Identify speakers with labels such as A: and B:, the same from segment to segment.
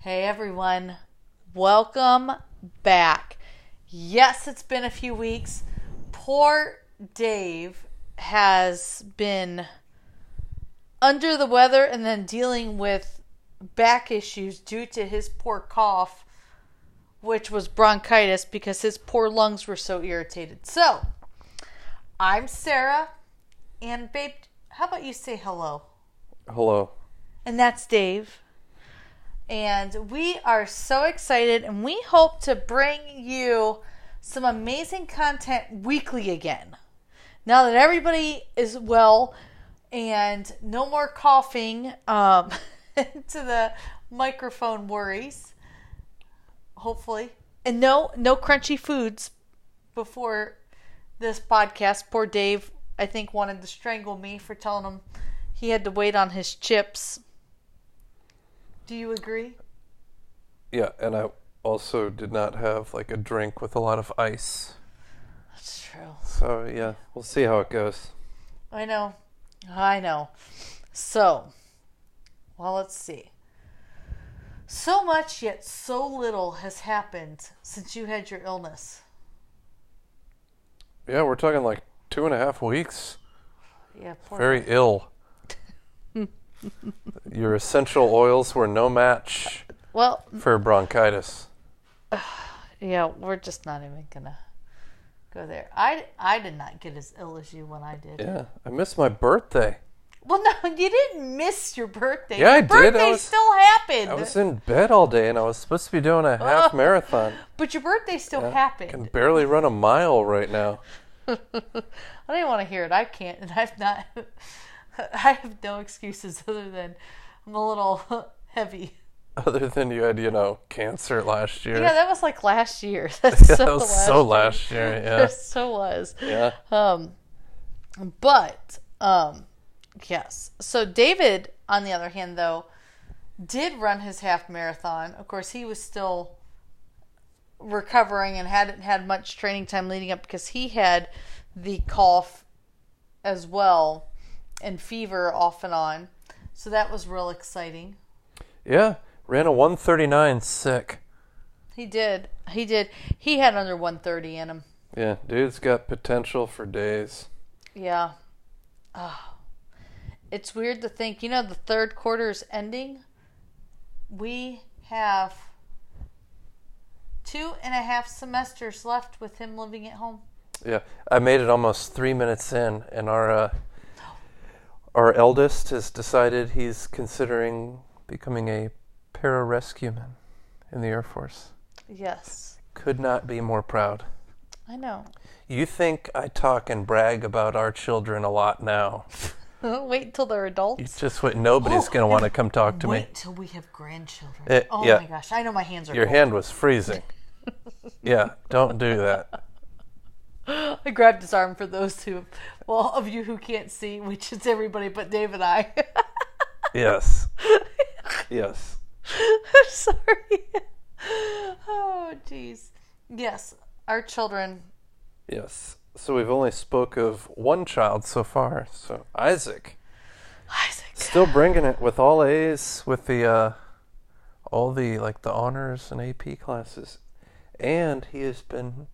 A: Hey everyone, welcome back. Yes, it's been a few weeks. Poor Dave has been under the weather and then dealing with back issues due to his poor cough, which was bronchitis because his poor lungs were so irritated. So, I'm Sarah, and babe, how about you say hello?
B: Hello.
A: And that's Dave. And we are so excited, and we hope to bring you some amazing content weekly again. Now that everybody is well and no more coughing um, into the microphone worries, hopefully, and no no crunchy foods before this podcast. Poor Dave, I think, wanted to strangle me for telling him he had to wait on his chips. Do you agree?
B: Yeah, and I also did not have like a drink with a lot of ice.
A: That's true.
B: So yeah, we'll see how it goes.
A: I know. I know. So, well, let's see. So much yet so little has happened since you had your illness.
B: Yeah, we're talking like two and a half weeks.
A: Yeah, poor.
B: Very ill. Your essential oils were no match
A: well,
B: for bronchitis.
A: yeah, we're just not even gonna go there. I, I did not get as ill as you when I did.
B: Yeah, I missed my birthday.
A: Well, no, you didn't miss your birthday.
B: Yeah,
A: your
B: I did. I
A: birthday
B: was-
A: still happened,
B: I was in bed all day and I was supposed to be doing a half
A: Oh.
B: marathon.
A: but your birthday still
B: I
A: happened.
B: can barely run a mile right now.
A: I don't even want to hear it. I can't, and I've not. I have no excuses other than I'm a little heavy.
B: Other than you had, you know, cancer last year.
A: Yeah, that was like last year. That's so
B: that was
A: last
B: so
A: year.
B: last year.
A: That
B: Yeah.
A: so was.
B: yeah.
A: Um, but um, yes. So David, on the other hand, though, did run his half marathon. Of course, he was still recovering and hadn't had much training time leading up because he had the cough as well and fever off and on. So that was real exciting.
B: Yeah, ran a 139 sick.
A: He did. He did. He had under 130 in him.
B: Yeah, dude's got potential for days.
A: Yeah. Ah. It's weird to think, you know, the third quarter is ending. We have two and a half semesters left with him living at home.
B: Yeah, I made it almost three minutes in, and our uh, our eldest has decided he's considering becoming a pararescueman in the Air Force.
A: Yes.
B: Could not be more proud.
A: I know.
B: You think I talk and brag about our children a lot now?
A: Wait till they're
B: You
A: adults.
B: just wait. Nobody's
A: Oh,
B: gonna want to come talk to me.
A: Wait till we have grandchildren.
B: Eh,
A: oh
B: yeah.
A: my gosh. I know my hands are
B: Your
A: cold.
B: hand was freezing. yeah, don't do that.
A: I grabbed his arm for those who, well, of you who can't see, which is everybody but Dave and I.
B: Yes. Yes.
A: I'm sorry. oh, jeez. Yes, our children.
B: Yes. So we've only spoke of one child so far. So Isaac,
A: Isaac.
B: still bringing it with all A's, with the uh, all the like the honors and AP classes, and he has been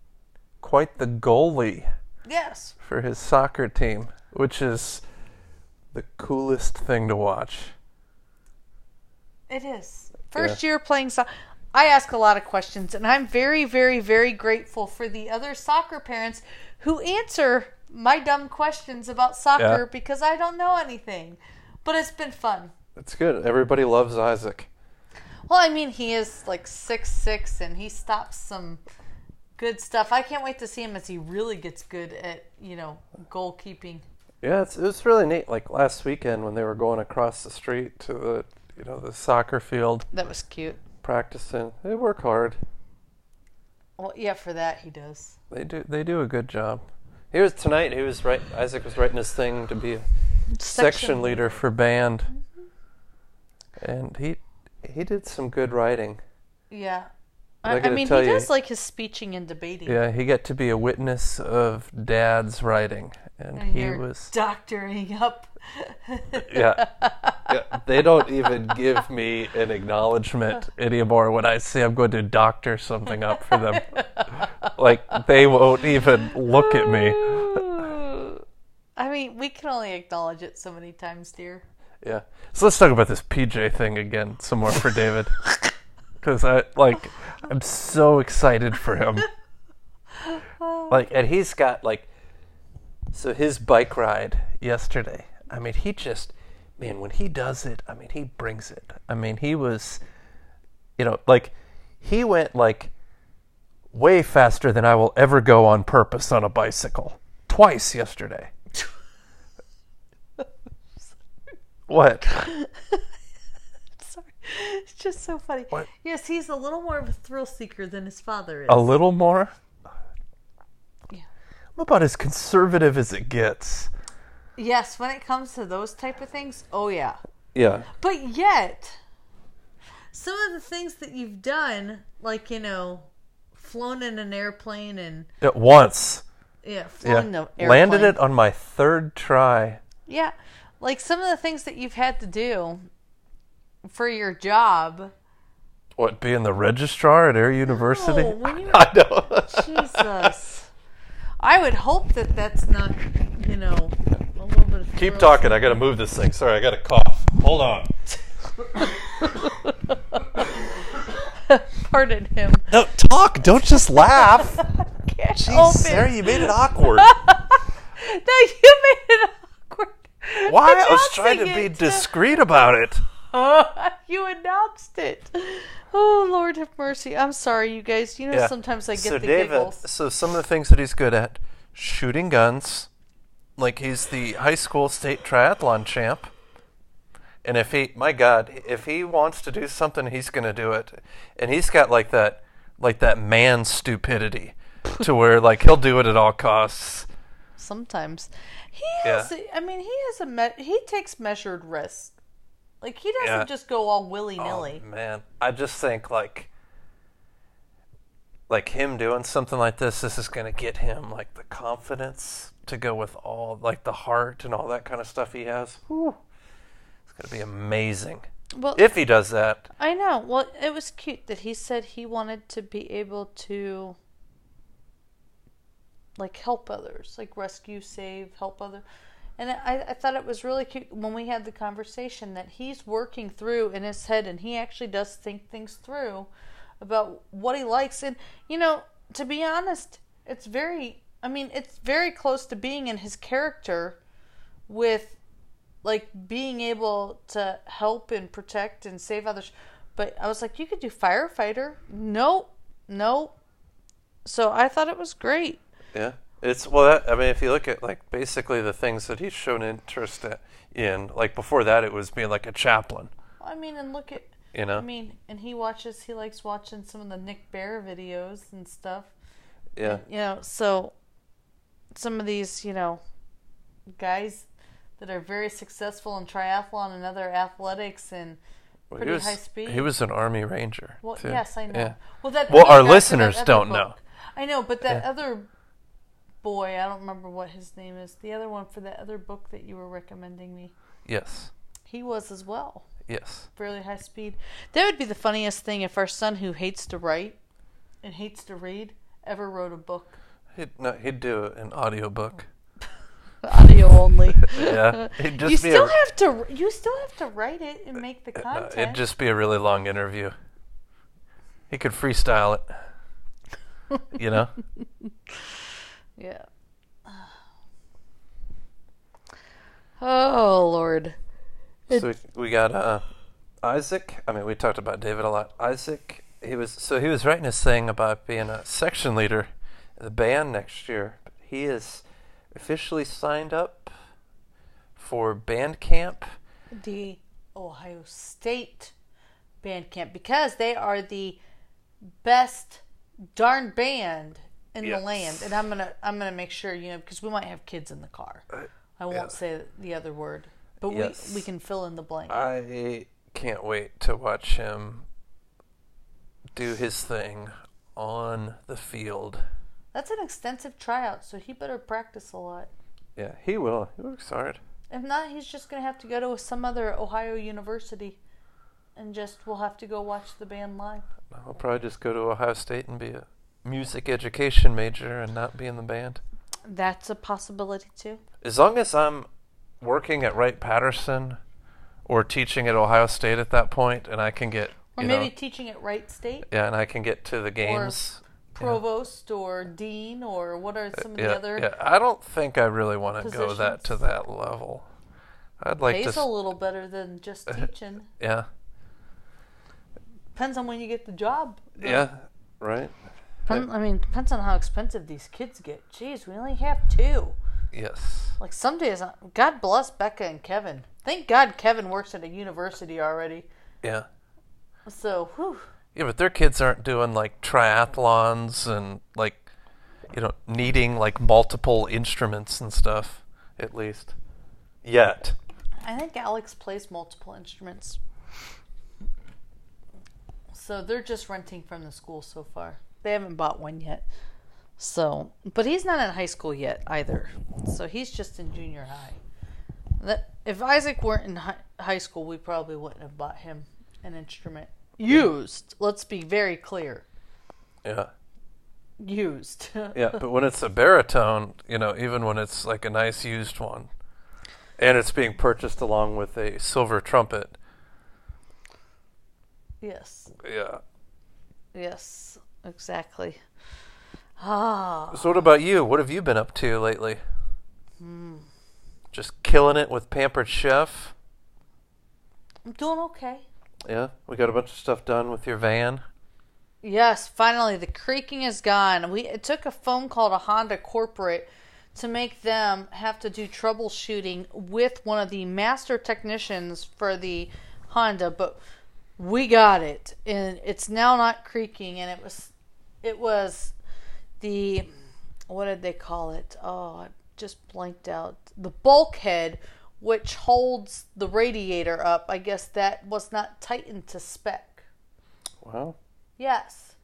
B: quite the goalie
A: Yes.
B: for his soccer team, which is the coolest thing to watch.
A: It is. First year playing soccer. I ask a lot of questions, and I'm very, very, very grateful for the other soccer parents who answer my dumb questions about soccer
B: Yeah.
A: because I don't know anything. But it's been fun.
B: It's good. Everybody loves Isaac.
A: Well, I mean, he is like six six, and he stops some good stuff. I can't wait to see him as he really gets good at you know goalkeeping.
B: Yeah, it's, it was really neat. Like last weekend when they were going across the street to the you know the soccer field
A: That was cute.
B: practicing. They work hard.
A: Well, yeah, for that he does.
B: They do. They do a good job. He was tonight. He was right. Isaac was writing his thing to be a section leader for band, and he he did some good writing.
A: Yeah.
B: I
A: I, I
B: gotta
A: mean, he
B: tell you-
A: does like his speeching and debating.
B: Yeah, he got to be a witness of Dad's writing, and
A: And
B: he
A: you're
B: was
A: doctoring up.
B: yeah. Yeah, they don't even give me an acknowledgement anymore when I say I'm going to doctor something up for them. like they won't even look at me.
A: Ooh. I mean, we can only acknowledge it so many times, dear.
B: Yeah. So let's talk about this PJ thing again some more for David. Cuz I like I'm so excited for him. Like and he's got like so his bike ride yesterday. I mean, he just man, when he does it, I mean, he brings it. I mean, he was you know, like he went like way faster than I will ever go on purpose on a bicycle. Twice yesterday. What?
A: Sorry. It's just so funny.
B: What? Oh.
A: Yes, he's a little more of a thrill seeker than his father is.
B: A little more?
A: Yeah.
B: I'm about as conservative as it gets.
A: Yes, when it comes to those type of things, oh yeah.
B: Yeah.
A: But yet, some of the things that you've done, like you know, flown in an airplane and
B: At once.
A: yeah,
B: Yeah.
A: flown the airplane.
B: Landed it on my third try.
A: Yeah, like some of the things that you've had to do for your job.
B: What, being the registrar at Air University?
A: No, when you-
B: I know.
A: Jesus, I would hope that that's not you know a little bit. Of
B: Keep
A: thrill-
B: talking. I got to move this thing. Sorry, I got to cough. Hold on.
A: Pardon him.
B: No, talk. Don't just laugh.
A: Can't
B: Jeez,
A: open.
B: Sarah, you made it awkward.
A: No, you made it awkward.
B: Why? I was trying to be
A: Announcing it.
B: discreet about it.
A: you announced it. Oh Lord have mercy. I'm sorry, you guys. You know
B: Yeah.
A: sometimes I get
B: so
A: the
B: David,
A: giggles.
B: so some of the things that he's good at, shooting guns, like he's the high school state triathlon champ. And if he, my God, if he wants to do something, he's going to do it. And he's got like that, like that man stupidity, to where like he'll do it at all costs.
A: Sometimes he has. I mean, he has a me- he takes measured risks. Like he doesn't
B: Yeah. Um,
A: just go all willy nilly.
B: Oh, Man, I just think like, like him doing something like this, this is going to get him like the confidence to go with all like the heart and all that kind of stuff he has. Whew. It's going to be amazing
A: well,
B: if he does that.
A: I know. Well, it was cute that he said he wanted to be able to like help others, like rescue, save, help other. And I, I thought it was really cute when we had the conversation that he's working through in his head and he actually does think things through about what he likes. And, you know, to be honest, it's very, I mean, it's very close to being in his character with like being able to help and protect and save others. But I was like, you could do firefighter. Nope, nope. So I thought it was great.
B: Yeah, it's well. That, I mean, if you look at like basically the things that he's shown interest at, in, like before that, it was being like a chaplain.
A: I mean, and look at,
B: You know,
A: I mean, and he watches, he likes watching some of the Nick Bear videos and stuff.
B: yeah,
A: You know, so some of these, you know, guys that are very successful in triathlon and other athletics and
B: Well,
A: pretty
B: he was
A: high speed.
B: he was an army ranger.
A: Well,
B: too.
A: yes, I know.
B: Yeah.
A: Well, that
B: Well,
A: other guy
B: our
A: from that
B: listeners
A: other
B: don't
A: book-
B: know.
A: I know, but that other boy, I don't remember what his name is. The other one for that other book that you were recommending me,
B: Yes,
A: he was as well,
B: yes.
A: fairly high speed. That would be the funniest thing if our son, who hates to write and hates to read, ever wrote a book,
B: He'd, no, he'd do an audiobook.
A: audio only.
B: Yeah, it'd just
A: you
B: be
A: still
B: a,
A: have to, you still have to write it and make the
B: Uh, no,
A: content.
B: it'd just be a really long interview. He could freestyle it. You know,
A: Yeah. Oh Lord.
B: so we, we got uh, Isaac. I mean, we talked about David a lot. Isaac, he was so he was writing his thing about being a section leader, in the band next year. He is officially signed up for band camp.
A: the Ohio State band camp because they are the best darn band in
B: Yes.
A: the land and I'm going to I'm going to make sure you know because we might have kids in the car. I won't say the other word, but
B: Uh, Yes.
A: we we can fill in the blank.
B: I can't wait to watch him do his thing on the field.
A: That's an extensive tryout, so he better practice a lot.
B: Yeah, he will. He works hard.
A: If not, he's just gonna have to go to some other Ohio university, and just we'll have to go watch the band live.
B: I'll probably just go to Ohio State and be a music education major and not be in the band.
A: That's a possibility too.
B: As long as I'm working at Wright Patterson or teaching at Ohio State at that point, and I can get
A: Or
B: you
A: maybe
B: know,
A: teaching at Wright State,
B: yeah, and I can get to the games.
A: provost or dean, or what are some of
B: yeah,
A: the other?
B: yeah. I don't think I really want to go that
A: positions?
B: to that level. I'd like Uh,
A: Pays
B: to.
A: a
B: s-
A: little better than just teaching.
B: Yeah,
A: Depends on when you get the job.
B: yeah, right.
A: Depend- I mean, depends on how expensive these kids get. Jeez, we only have two.
B: Yes.
A: Like some days, I- God bless Becca and Kevin. Thank God Kevin works at a university already.
B: Yeah.
A: So, whew.
B: Yeah, but their kids aren't doing like triathlons and like you know needing like multiple instruments and stuff at least yet.
A: I think Alex plays multiple instruments. So they're just renting from the school so far. They haven't bought one yet. So, but he's not in high school yet either. So he's just in junior high. That if Isaac weren't in hi- high school, we probably wouldn't have bought him an instrument used. Let's be very clear.
B: Yeah.
A: Used.
B: Yeah, but when it's a baritone, you know, even when it's like a nice used one and it's being purchased along with a silver trumpet.
A: yes.
B: Yeah.
A: Yes. Exactly. Ah.
B: So what about you? What have you been up to lately? Just killing it with Pampered Chef?
A: I'm doing okay.
B: Yeah. We got a bunch of stuff done with your van.
A: Yes, finally the creaking is gone. We it took a phone call to Honda corporate to make them have to do troubleshooting with one of the master technicians for the Honda, but we got it and it's now not creaking and it was it was the what did they call it? Oh, I just blanked out. The bulkhead which holds the radiator up. I guess that was not tightened to spec.
B: Wow.
A: Yes.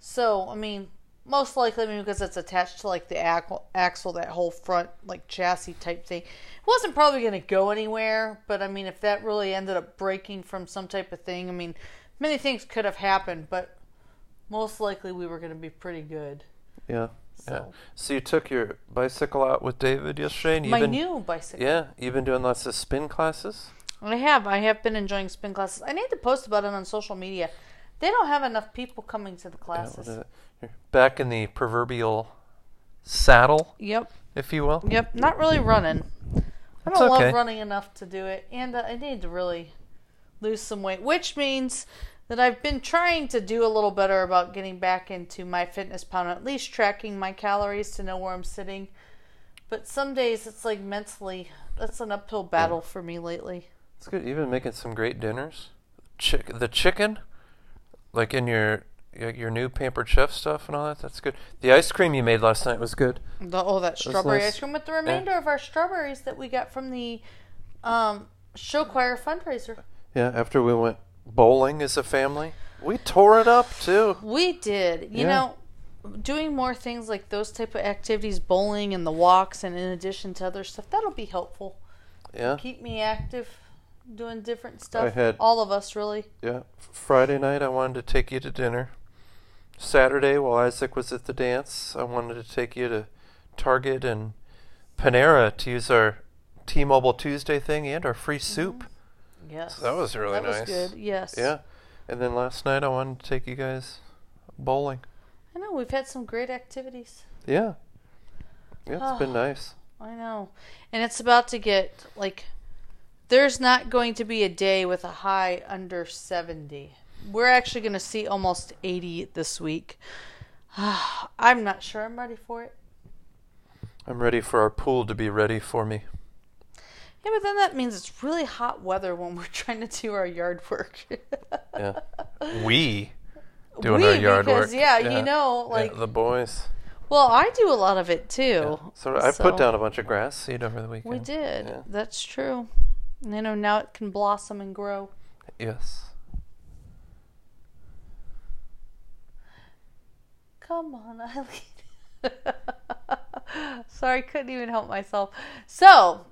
A: So, I mean, most likely, I mean, because it's attached to like the ac- axle, that whole front like chassis type thing. It wasn't probably going to go anywhere, but I mean, if that really ended up breaking from some type of thing, I mean, many things could have happened, but most likely we were going to be pretty good.
B: Yeah. Yeah.
A: So,
B: So you took your bicycle out with David yesterday and you've
A: my
B: been
A: new bicycle.
B: Yeah, you've been doing lots of spin classes?
A: I have. I have been enjoying spin classes. I need to post about it on social media. They don't have enough people coming to the
B: Yeah, what
A: classes.
B: is it? You're back in the proverbial saddle,
A: yep.
B: if you will.
A: Yep, not really running. I
B: That's
A: don't
B: okay.
A: love running enough to do it, and uh, I need to really lose some weight, which means that I've been trying to do a little better about getting back into my fitness pound, at least tracking my calories to know where I'm sitting. But some days it's like mentally, that's an uphill battle for me lately.
B: It's good. You've been making some great dinners. Chick the chicken, like in your your your new pampered chef stuff and all that. That's good. The ice cream you made last night was good.
A: The, oh, that strawberry
B: nice.
A: ice cream with the remainder of our strawberries that we got from the um, show choir fundraiser.
B: Yeah. After we went bowling as a family, we tore it up too.
A: We did. You
B: Yeah.
A: know, doing more things like those type of activities, bowling and the walks, and in addition to other stuff, that'll be helpful.
B: Yeah.
A: Keep me active, doing different stuff.
B: had-
A: All of us, really.
B: Yeah. F- Friday night, I wanted to take you to dinner. Saturday, while Isaac was at the dance, I wanted to take you to Target and Panera to use our T-Mobile Tuesday thing and our free soup.
A: Yes.
B: That was really
A: that
B: nice.
A: was good. Mm-hmm. Yes.
B: Yeah. And then last night, I wanted to take you guys bowling.
A: I know we've had some great activities.
B: Yeah. Yeah, it's been
A: Ah.
B: nice.
A: I know. And it's about to get like there's not going to be a day with a high under 70. We're actually going to see almost 80 this week. I'm not sure I'm ready for it.
B: I'm ready for our pool to be ready for me.
A: Yeah, but then that means it's really hot weather when we're trying to do our yard work.
B: Yeah. we doing
A: We,
B: our yard
A: because,
B: work.
A: yeah, you know,
B: Yeah,
A: like-
B: the boys.
A: well, I do a lot of it too.
B: So I put
A: so-
B: down a bunch of grass seed over the weekend.
A: We did.
B: Yeah.
A: That's true. And, You know, now it can blossom and grow.
B: Yes.
A: Come on, Eileen. Sorry, couldn't even help myself. So,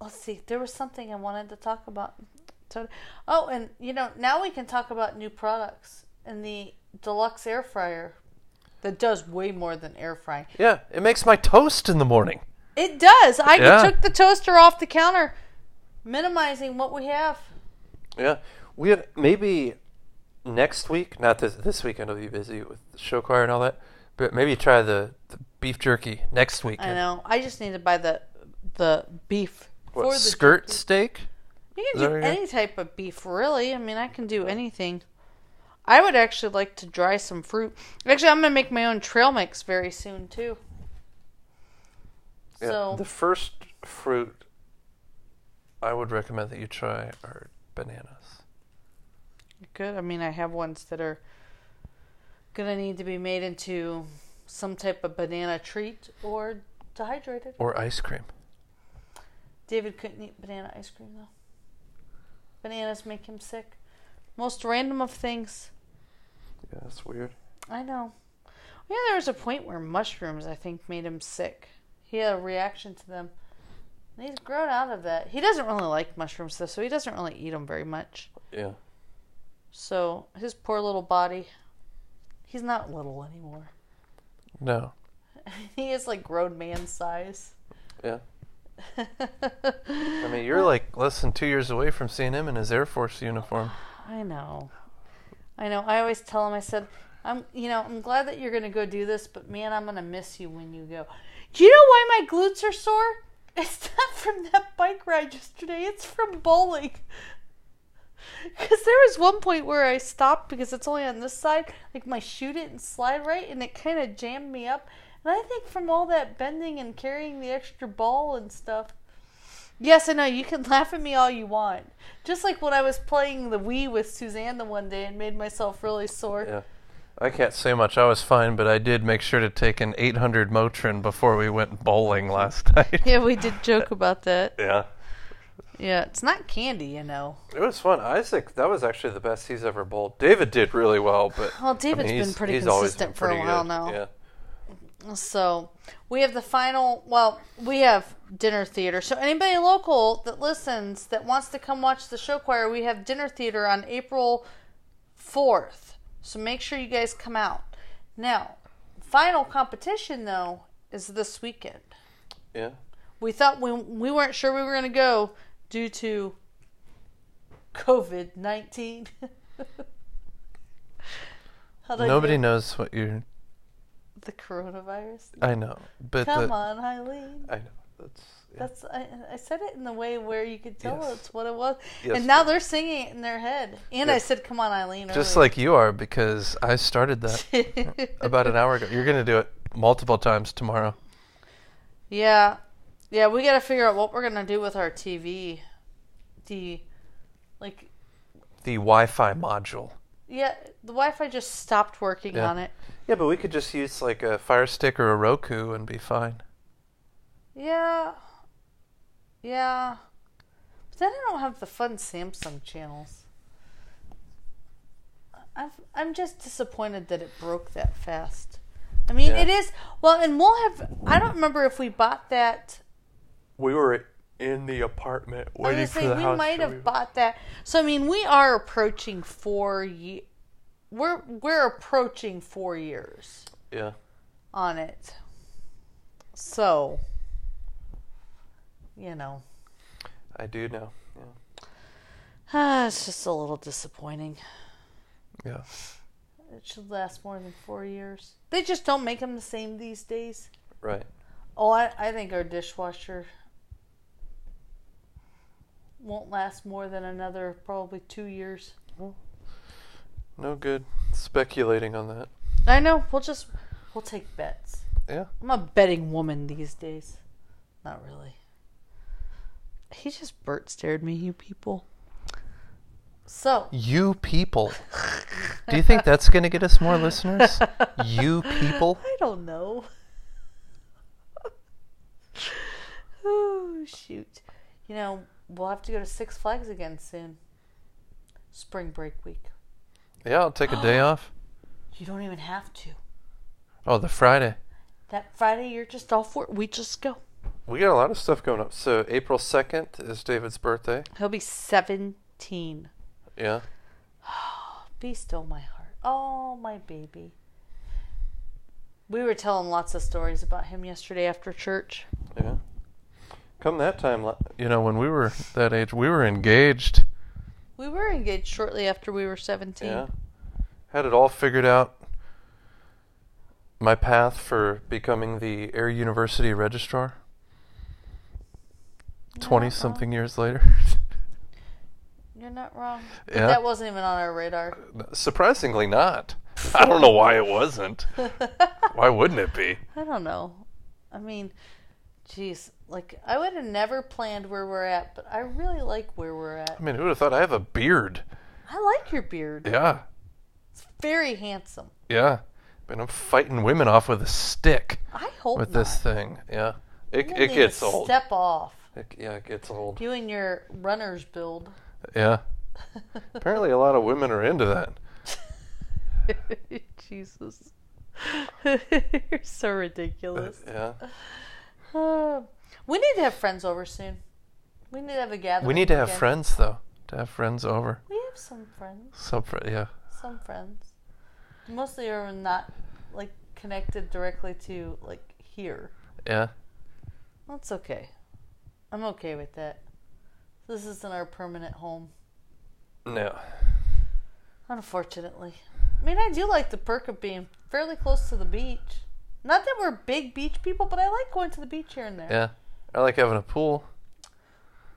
A: let's see. There was something I wanted to talk about. So- Oh, and you know, now we can talk about new products and the deluxe air fryer that does way more than air frying.
B: Yeah, it makes my toast in the morning.
A: It does. I
B: Yeah.
A: took the toaster off the counter, minimizing what we have.
B: Yeah, we had, maybe next week, not this this week. I know you're busy with the show choir and all that, but maybe try the, the beef jerky next week.
A: I know. I just need to buy the the beef
B: What,
A: for the
B: skirt steak?
A: You can
B: Is that
A: do
B: what you got?
A: any type of beef, really. I mean, I can do anything. I would actually like to dry some fruit. Actually, I'm gonna make my own trail mix very soon too.
B: Yeah,
A: So
B: the first fruit I would recommend that you try are bananas.
A: good. I mean, I have ones that are gonna need to be made into some type of banana treat or dehydrated.
B: Or ice cream.
A: David couldn't eat banana ice cream though. Bananas make him sick. Most random of things.
B: Yeah, that's weird.
A: I know. Yeah, there was a point where mushrooms, I think, made him sick. He had a reaction to them. And he's grown out of that. He doesn't really like mushrooms, though, so he doesn't really eat them very much.
B: Yeah.
A: So his poor little body, he's not little anymore.
B: No.
A: He is like grown man size.
B: Yeah. I mean, you're like less than two years away from seeing him in his Air Force uniform.
A: I know. I know. I always tell him, I said, I'm, you know, I'm glad that you're going to go do this, but man, I'm going to miss you when you go. Do you know why my glutes are sore? It's not from that bike ride yesterday, it's from bowling. Because there was one point where I stopped because it's only on this side. Like my shoe didn't slide right and it kind of jammed me up. And I think from all that bending and carrying the extra ball and stuff. Yes, I know. You can laugh at me all you want. Just like when I was playing the Wii with Suzanne the one day and made myself really sore.
B: Yeah. I can't say much. I was fine, but I did make sure to take an 800 Motrin before we went bowling last night.
A: Yeah, we did joke about that.
B: Yeah.
A: Yeah, it's not candy, you know.
B: It was fun. Isaac, that was actually the best he's ever bowled. David did really well, but
A: Well,
B: I
A: David's
B: mean,
A: been
B: he's,
A: pretty
B: he's always been
A: consistent for a
B: pretty
A: while
B: good.
A: now.
B: Yeah.
A: So we have the final. Well, we have dinner theater. So anybody local that listens that wants to come watch the show choir, we have dinner theater on April fourth. So make sure you guys come out. Now, final competition though is this weekend.
B: Yeah.
A: We thought we we weren't sure we were going to go due to COVID nineteen.
B: Nobody knows what you're.
A: the coronavirus.
B: I know, but
A: Come
B: the,
A: on, Eileen.
B: I know. That's. Yeah.
A: That's I, I said it in the way where you could tell
B: Yes.
A: it's what it was,
B: Yes,
A: and now they're singing it in their head. And I
B: Yes.
A: said, "Come on, Eileen."
B: Just like you are, because I started that
A: like
B: about an hour ago. You're gonna do it multiple times tomorrow.
A: yeah, yeah. We got to figure out what we're gonna do with our TV. The like
B: The Wi-Fi module.
A: yeah, the Wi-Fi just stopped working
B: Yeah.
A: on it.
B: Yeah, but we could just use like a Fire Stick or a Roku and be fine.
A: Yeah, yeah. But then I don't have the fun Samsung channels. I've, I'm just disappointed that it broke that fast. I mean,
B: Yeah.
A: it is well, and we'll have. I don't remember if we bought that.
B: We were in the apartment
A: I was gonna say we might have bought that. So I mean, we are approaching four. Ye- we're we're approaching four years
B: Yeah.
A: on it. So, you know.
B: I do know. Yeah.
A: Ah, it's just a little disappointing.
B: Yeah.
A: It should last more than four years. They just don't make them the same these days.
B: Right.
A: Oh, I, I think our dishwasher won't last more than another probably two years.
B: No good speculating on that.
A: I know. We'll just we'll take bets.
B: Yeah.
A: I'm a betting woman these days. Not really. He just Bert stared me, you people. So
B: You people. Do you think that's going to get us more listeners? You people.
A: I don't know. oh shoot! You know we'll have to go to Six Flags again soon. Spring break week.
B: Yeah, I'll take a day off.
A: You don't even have to.
B: Oh, the Friday.
A: That Friday you're just off work. We just go.
B: We got a lot of stuff going up. So April second is David's birthday.
A: He'll be 17.
B: Yeah.
A: Be still my heart. Oh, my baby. We were telling lots of stories about him yesterday after church.
B: Yeah. Come that time, la- you know, when we were that age, we were engaged.
A: We were engaged shortly after we were 17.
B: Yeah. Had it all figured out. My path for becoming the Air University registrar. 20 something years later.
A: You're not wrong. But
B: Yeah.
A: That wasn't even on our radar.
B: Surprisingly, not. I don't know why it wasn't. Why wouldn't it be?
A: I don't know. I mean, geez, like I would have never planned where we're at, but I really like where we're at.
B: I mean, who would have thought I have a beard?
A: I like your beard.
B: Yeah,
A: It's very handsome.
B: yeah. But I'm fighting women off with a stick
A: I hope
B: with
A: not.
B: this thing. Yeah. It,
A: You
B: it
A: need
B: gets
A: to
B: old.
A: Step off.
B: It- yeah, it gets old.
A: You and your runner's build.
B: Yeah. Apparently, a lot of women are into that.
A: Jesus. You're so ridiculous.
B: Yeah. uh.
A: Oh. we need to have friends over soon. We need to have a gathering.
B: We need to have
A: again.
B: friends, though. To have friends over.
A: We have some friends.
B: Some fr- yeah.
A: Some friends. Mostly are not like connected directly to like here.
B: Yeah.
A: That's okay. I'm okay with that. This isn't our permanent home,
B: No.
A: unfortunately. I mean, I do like the perk of being fairly close to the beach. Not that we're big beach people, but I like going to the beach here and there.
B: Yeah. I like having a pool.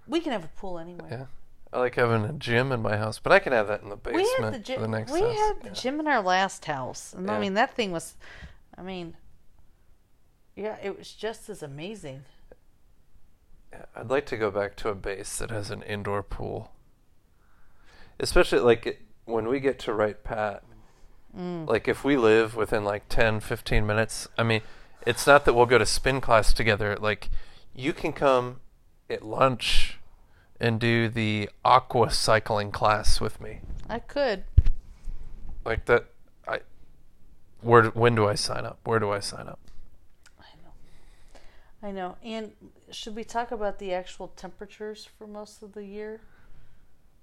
A: We can have a pool anywhere.
B: Yeah. I like having a gym in my house, but I can have that in the basement.
A: we had the
B: for
A: gym.
B: the next
A: we
B: house.
A: had the gym in our last house, and I
B: Yeah.
A: mean that thing was, I mean, yeah, it was just as amazing.
B: Yeah, I'd like to go back to a base that has an indoor pool. Especially like it- when we get to Wright Pat. Like if we live within like 10, 15 minutes, I mean, it's not that we'll go to spin class together. Like you can come at lunch and do the aqua cycling class with me.
A: I could.
B: Like that I where do- when do I sign up? Where do I sign up?
A: I know. And should we talk about the actual temperatures for most of the year?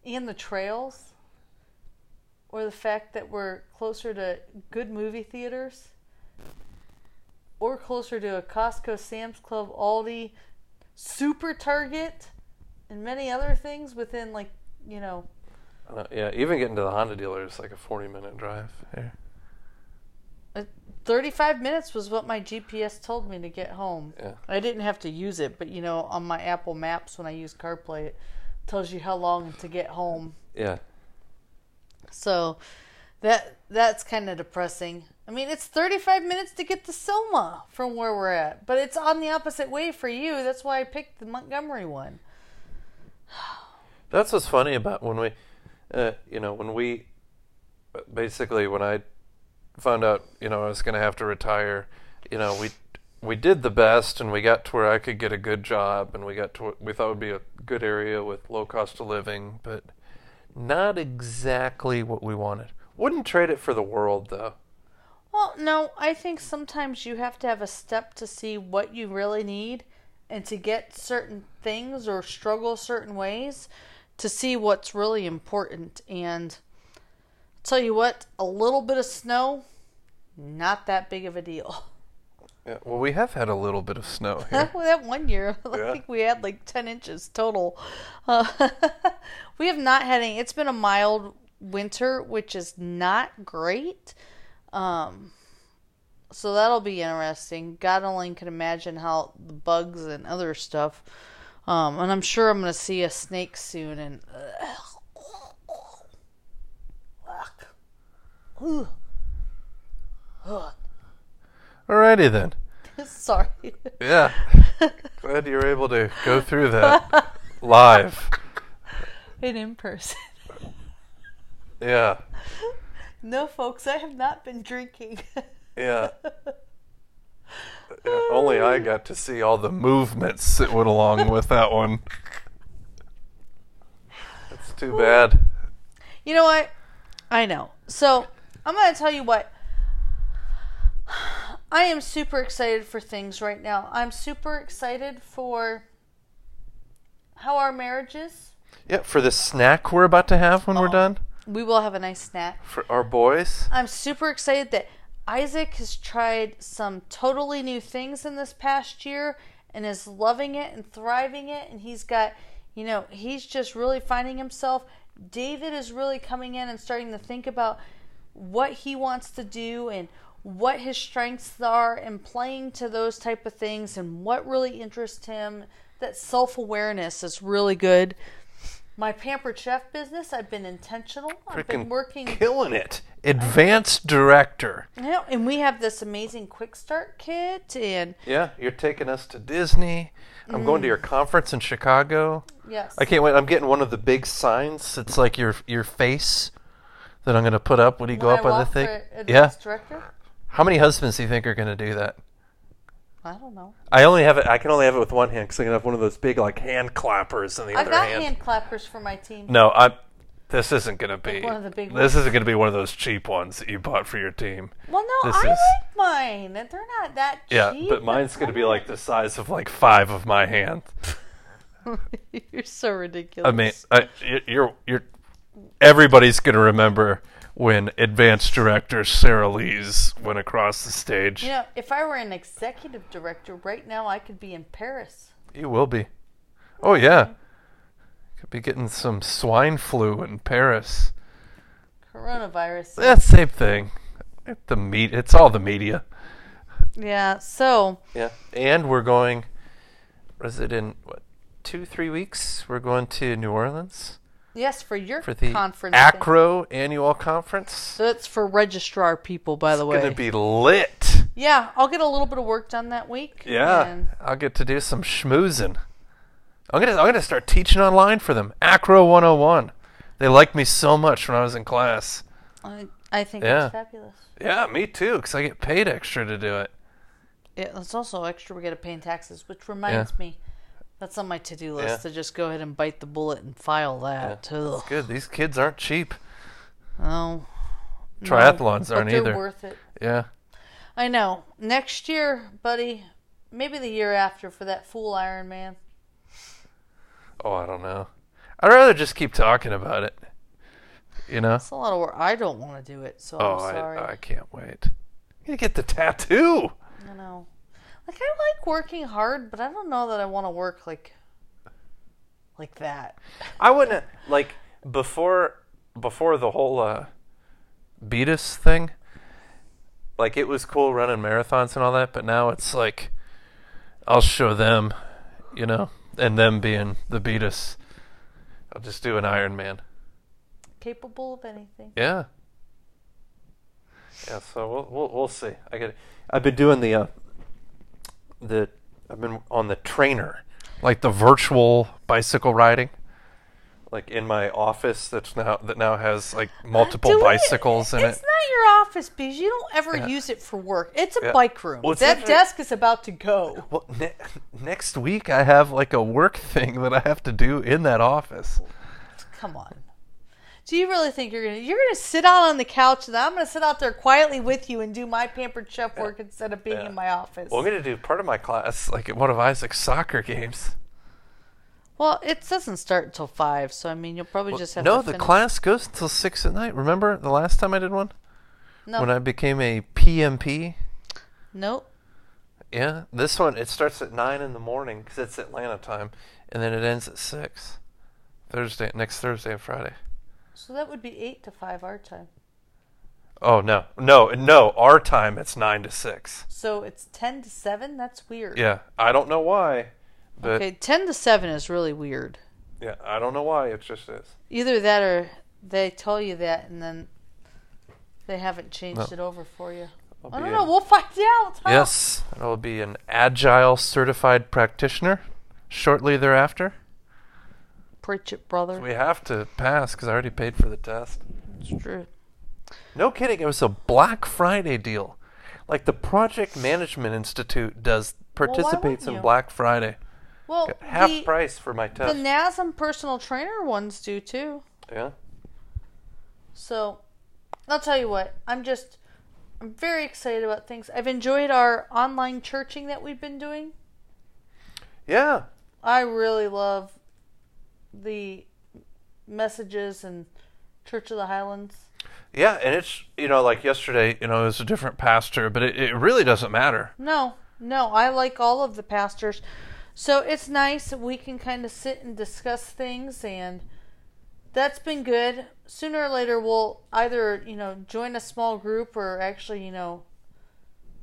A: And the trails? Or the fact that we're closer to good movie theaters? Or closer to a Costco, Sam's Club, Aldi, Super Target, and many other things within, like, you know,
B: I don't- yeah, even getting to the Honda dealer is like a 40 minute drive here.
A: uh, 35 minutes was what my GPS told me to get home.
B: Yeah.
A: I didn't have to use it, but you know, on my Apple Maps when I use CarPlay, it tells you how long to get home.
B: Yeah.
A: So that that's kind of depressing. I mean, it's 35 minutes to get to Soma from where we're at, but it's on the opposite way for you. That's why I picked the Montgomery one.
B: That's what's funny about when we, uh, you know, when we, basically when I found out, you know, I was going to have to retire, you know, we we did the best and we got to where I could get a good job and we got to what we thought would be a good area with low cost of living, but not exactly what we wanted. Wouldn't trade it for the world though.
A: Well, no, I think sometimes you have to have a step to see what you really need and to get certain things or struggle certain ways to see what's really important. And tell you what, a little bit of snow, not that big of a deal.
B: Yeah, well, we have had a little bit of snow here.
A: Well, that one year, I
B: Yeah.
A: think we had like 10 inches total. Uh, we have not had any. It's been a mild winter, which is not great. Um, so that'll be interesting. God only can imagine how the bugs and other stuff. Um, and I'm sure I'm going to see a snake soon. And Ugh. Ugh.
B: Alrighty then.
A: sorry.
B: Yeah. Glad you were able to go through that live.
A: And in person.
B: Yeah.
A: No, folks, I have not been drinking.
B: Yeah. Yeah, Only I got to see all the movements that went along with that one. That's too bad.
A: you know what? I know. So I'm going to tell you what. I am super excited for things right now. I'm super excited for how our marriage is.
B: Yeah, for the snack we're about to have
A: Oh.
B: when we're done
A: We will have a nice snack.
B: for our boys.
A: I'm super excited that Isaac has tried some totally new things in this past year and is loving it and thriving it. And he's got, you know, he's just really finding himself. David is really coming in and starting to think about what he wants to do and what his strengths are and playing to those type of things and what really interests him. That self awareness is really good. My pampered chef business, I've been intentional. I've been
B: Freaking
A: working
B: Killing it. Advanced director.
A: yeah, and we have this amazing quick start kit, and
B: Yeah, you're taking us to Disney. I'm going
A: Mm.
B: to your conference in Chicago.
A: yes,
B: I can't wait. I'm getting one of the big signs. It's like your your face that I'm going to put up when you go
A: When I
B: up on the
A: walk
B: thing.
A: for
B: Yeah.
A: advanced director.
B: How many husbands do you think are going to do that?
A: I don't know.
B: I only have it. I can only have it with one hand because I can have one of those big like hand clappers in the
A: I've
B: other
A: got
B: hand.
A: hand clappers for my team.
B: No, I. This isn't going to be
A: one of the big
B: This isn't going to be one of those cheap ones that you bought for your team.
A: Well, no,
B: This
A: I
B: is-
A: like mine. They're not that
B: Yeah,
A: cheap.
B: but mine's going to be like the size of like five of my hand.
A: You're so ridiculous.
B: I mean, I, you're- you're you're everybody's going to remember when advanced director Sarah Lees went across the stage.
A: you know, if I were an executive director right now, I could be in Paris.
B: You will be. Oh yeah, could be getting some swine flu in Paris.
A: Coronavirus.
B: Yeah, same thing. The meat. It's all the media.
A: yeah. So
B: Yeah, and we're going. Was it in what two, three weeks? We're going to New Orleans
A: yes, for your
B: for the
A: conference, thing.
B: Acro Annual Conference.
A: So it's for registrar people, by the
B: It's
A: way.
B: gonna be lit.
A: yeah, I'll get a little bit of work done that week.
B: Yeah,
A: and-
B: I'll get to do some schmoozing. I'm gonna I'm gonna start teaching online for them. Acro 101. They liked me so much when I was in class.
A: I, I think
B: Yeah.
A: it's fabulous.
B: Yeah, me too, 'cause I get paid extra to do it.
A: Yeah, it's also extra. We got to pay in taxes, which reminds me, that's on my to-do list
B: Yeah.
A: to just go ahead and bite the bullet and file that. Ugh.
B: Good. These kids aren't cheap.
A: Oh,
B: Triathlons
A: but
B: aren't
A: they're
B: either.
A: worth it.
B: Yeah.
A: I know. Next year, buddy, maybe the year after for that fool Iron Man.
B: Oh, I don't know. I'd rather just keep talking about it. You know.
A: It's a lot of work. I don't want to do it, so
B: Oh,
A: I'm sorry.
B: I,
A: I,
B: I can't wait. I'm gonna get the tattoo.
A: know. Like I like working hard, but I don't know that I want to work like like that.
B: I wouldn't like before before the whole uh, Beatus thing. Like it was cool running marathons and all that, but now it's like I'll show them, you know, and them being the Beatus. I'll just do an Iron Man.
A: Capable of anything.
B: Yeah. Yeah, so we'll we'll, we'll see. I get. I've been doing the uh, the I've been on the trainer, like the virtual bicycle riding, like in my office that's now that now has like multiple
A: Do we-
B: bicycles in
A: It's
B: it.
A: not your office, because you don't ever use it for work. It's a
B: Yeah.
A: bike room.
B: Well, it's
A: that
B: inter-
A: desk is about to go.
B: Well, ne- next week I have like a work thing that I have to do in that office.
A: Come on. Do you really think you're gonna you're gonna sit out on the couch and I'm gonna sit out there quietly with you and do my pampered chef work instead of being
B: Yeah.
A: in my office?
B: Well,
A: Well,
B: I'm gonna do part of my class like at one of Isaac's soccer games.
A: it doesn't start until five, so I mean you'll probably just have
B: no,
A: to
B: the
A: finish-
B: class goes until six at night. Remember the last time I did one?
A: No,
B: when I became a PMP.
A: nope.
B: Yeah, this one it starts at nine in the morning because it's Atlanta time, and then it ends at six. Thursday, next Thursday and Friday.
A: So that would be eight to five our time.
B: Oh no, no, no! Our time it's nine to six.
A: So it's ten to seven. That's weird.
B: Yeah, I don't know why, but
A: Okay, ten to seven is really weird.
B: yeah, I don't know why it just is.
A: Either that or they tell you that and then they haven't changed it over for you.
B: I'll
A: I
B: be
A: don't
B: a-
A: know. We'll find out. huh?
B: Yes, and I'll be an agile certified practitioner shortly thereafter.
A: Preach it, brother.
B: We have to pass because I already paid for the test.
A: It's true.
B: No kidding. It was a Black Friday deal. Like the Project Management Institute does
A: why wouldn't
B: participates
A: you?
B: in Black Friday.
A: Well,
B: Half
A: the,
B: price for my
A: the
B: test.
A: NASM personal trainer ones do too.
B: yeah.
A: So I'll tell you what. I'm just. I'm very excited about things. I've enjoyed our online churching that we've been doing.
B: Yeah.
A: I really love the messages and Church of the Highlands.
B: Yeah, and it's you know like yesterday, you know, it was a different pastor, but it, it really doesn't matter.
A: No, no, I like all of the pastors. So it's nice that we can kind of sit and discuss things and that's been good. Sooner or later we'll either, you know, join a small group or actually, you know,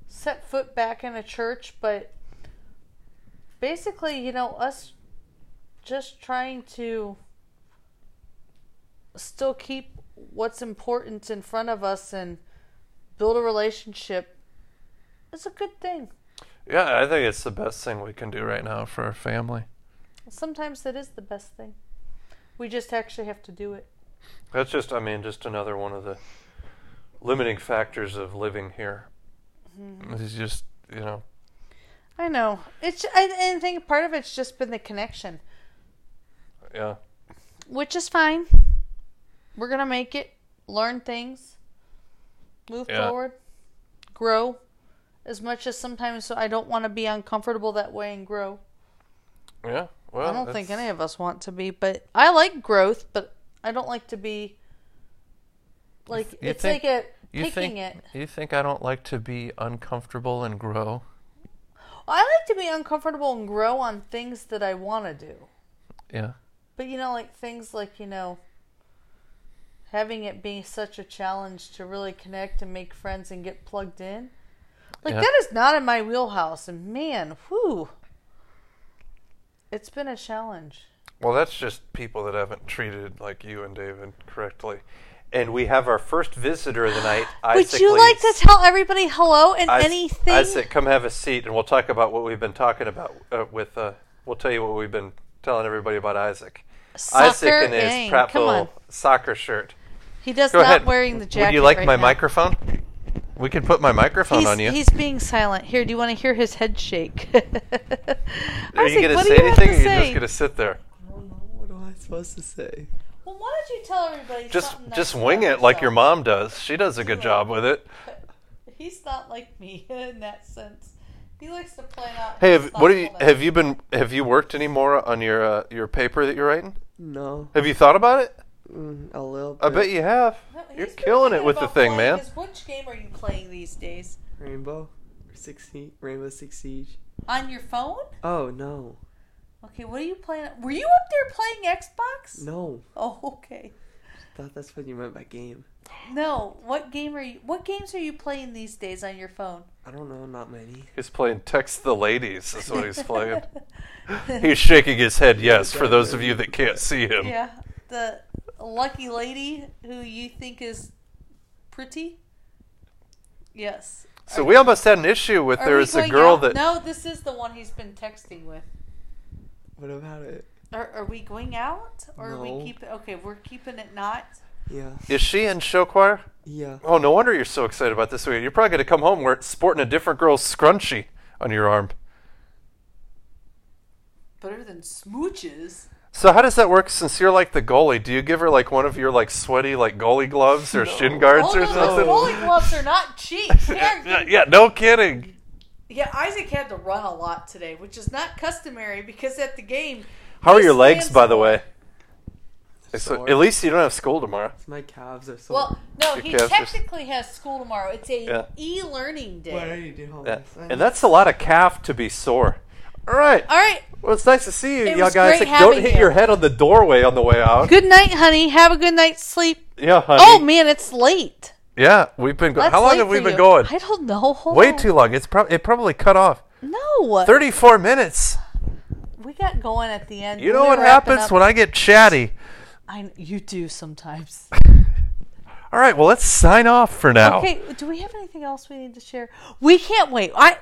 A: set foot back in a church, but basically, you know, us just trying to still keep what's important in front of us and build a relationship is a good thing.
B: Yeah, I think it's the best thing we can do right now for our family.
A: Sometimes that is the best thing. We just actually have to do it.
B: That's just, I mean, just another one of the limiting factors of living here.
A: Mm-hmm.
B: It's just, you know,
A: I know. It's I, I think part of it's just been the connection,
B: yeah,
A: which is fine. We're gonna make it, learn things, move
B: Yeah.
A: forward, grow. As much as sometimes I don't want to be uncomfortable that way and grow.
B: yeah. Well,
A: I don't think
B: that's-
A: any of us want to be, but I like growth, but I don't like to be like
B: you
A: it's
B: think-
A: like a
B: You
A: picking
B: think
A: it.
B: you think I don't like to be uncomfortable and grow?
A: I like to be uncomfortable and grow on things that I want to do.
B: Yeah,
A: But you know, like things like you know, having it be such a challenge to really connect and make friends and get plugged in. Like
B: Yeah.
A: that is not in my wheelhouse, and man, whew, it's been a challenge.
B: Well, that's just people that haven't treated like you and David correctly. And we have our first visitor of the night.
A: Would you like to tell everybody hello and
B: Isaac,
A: anything?
B: Isaac, come have a seat, and we'll talk about what we've been talking about. Uh, with uh, we'll tell you what we've been telling everybody about Isaac.
A: Soccer,
B: Isaac in his
A: dang,
B: Pratt
A: come on.
B: Bowl soccer shirt.
A: He does
B: Go
A: not
B: ahead.
A: wearing the jacket.
B: Would you like
A: right
B: my
A: now.
B: microphone? We could put my microphone
A: He's,
B: on you.
A: he's being silent. Here, do you want to hear his head shake?
B: Are you going to say anything, or are you just going to sit there?
C: don't know. What am I supposed to say?
A: Well, why don't you tell everybody?
B: Just
A: something nice
B: just
A: about
B: wing it like your
A: yourself?
B: mom does. She does a good job with it.
A: He's not like me in that sense. He likes to plan out.
B: Hey,
A: his
B: have, what have you
A: thoughtful day.
B: have you been have you worked any more on your uh, your paper that you're writing?
C: No,
B: Have you thought about it?
C: mm, a little. Bit.
B: I bet you have.
A: No, he's
B: You're
A: been
B: killing it
A: thinking
B: with the
A: about
B: thing,
A: playing
B: man.
A: this- Which game are you playing these days?
C: Rainbow, or Six Sie- Rainbow Six Siege.
A: On your phone?
C: Oh no,
A: Okay, what are you playing? Were you up there playing Xbox?
C: no!
A: Oh, okay.
C: I thought that's what you meant by game.
A: No, what game are you? What games are you playing these days on your phone?
C: I don't know, not many.
B: He's playing Text the Ladies, is what he's playing. he's shaking his head, yes, for those of you that can't see him.
A: Yeah, the lucky lady who you think is pretty. Yes.
B: So we almost had an issue with
A: Are
B: there
A: we
B: was a
A: going
B: girl
A: out?
B: that.
A: No, this is the one he's been texting with.
C: What about it?
A: Are, are we going out? Or are we
C: No.
A: keep okay, we're keeping it not.
C: Yeah,
B: Is she in show choir?
C: yeah.
B: Oh, no wonder you're so excited about this week. You're probably going to come home where it's sporting a different girl's scrunchie on your arm.
A: Better than smooches.
B: So how does that work? Since you're like the goalie, do you give her like one of your like sweaty like goalie gloves or shin guards
A: Oh
B: or
A: no, those
B: something?
A: bowling gloves are not cheap.
B: yeah,
A: They're-
B: yeah, no kidding.
A: yeah, Isaac had to run a lot today, which is not customary because at the game
B: How are
A: He
B: your legs,
A: stands
B: by the
A: for-
B: way? So,
C: Sore.
B: at least you don't have school tomorrow.
C: my calves are sore.
A: well, no,
B: Your
A: he
B: calves are-
A: technically has school tomorrow. It's a
B: Yeah.
A: e-learning day.
C: what are you doing?
B: Yeah. And that's a lot of calf to be sore. All right.
A: All right.
B: Well, it's nice to see you,
A: It
B: y'all
A: was
B: guys.
A: great
B: Like, don't
A: having
B: hit
A: you.
B: your head on the doorway on the way out.
A: Good night, honey. Have a good night's sleep.
B: Yeah, honey.
A: Oh man, it's late.
B: yeah, we've been going.
A: That's
B: How long
A: late
B: have we
A: for
B: been
A: you.
B: going?
A: I don't know. Hold
B: Way
A: on.
B: too long. It's probably it probably cut off.
A: No.
B: Thirty-four minutes.
A: We got going at the end.
B: You know what happens when I get chatty.
A: I you do sometimes.
B: All right, well, let's sign off for now.
A: Okay, do we have anything else we need to share? We can't wait. I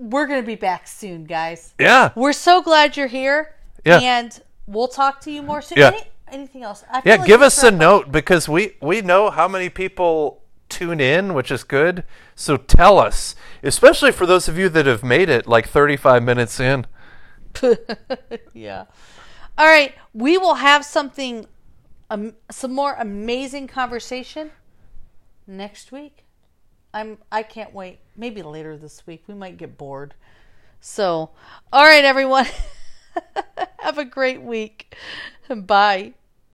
A: we're going to be back soon, guys.
B: Yeah.
A: We're so glad you're here.
B: Yeah.
A: And we'll talk to you more soon.
B: Yeah.
A: Any, anything else? I feel
B: Yeah,
A: like
B: give
A: we
B: us a
A: forgot-
B: note because we we know how many people tune in, which is good. So tell us, especially for those of you that have made it like 35 minutes in.
A: yeah. All right, we will have something um, some more amazing conversation next week. I'm I can't wait. Maybe later this week we might get bored. So, all right everyone. Have a great week. Bye.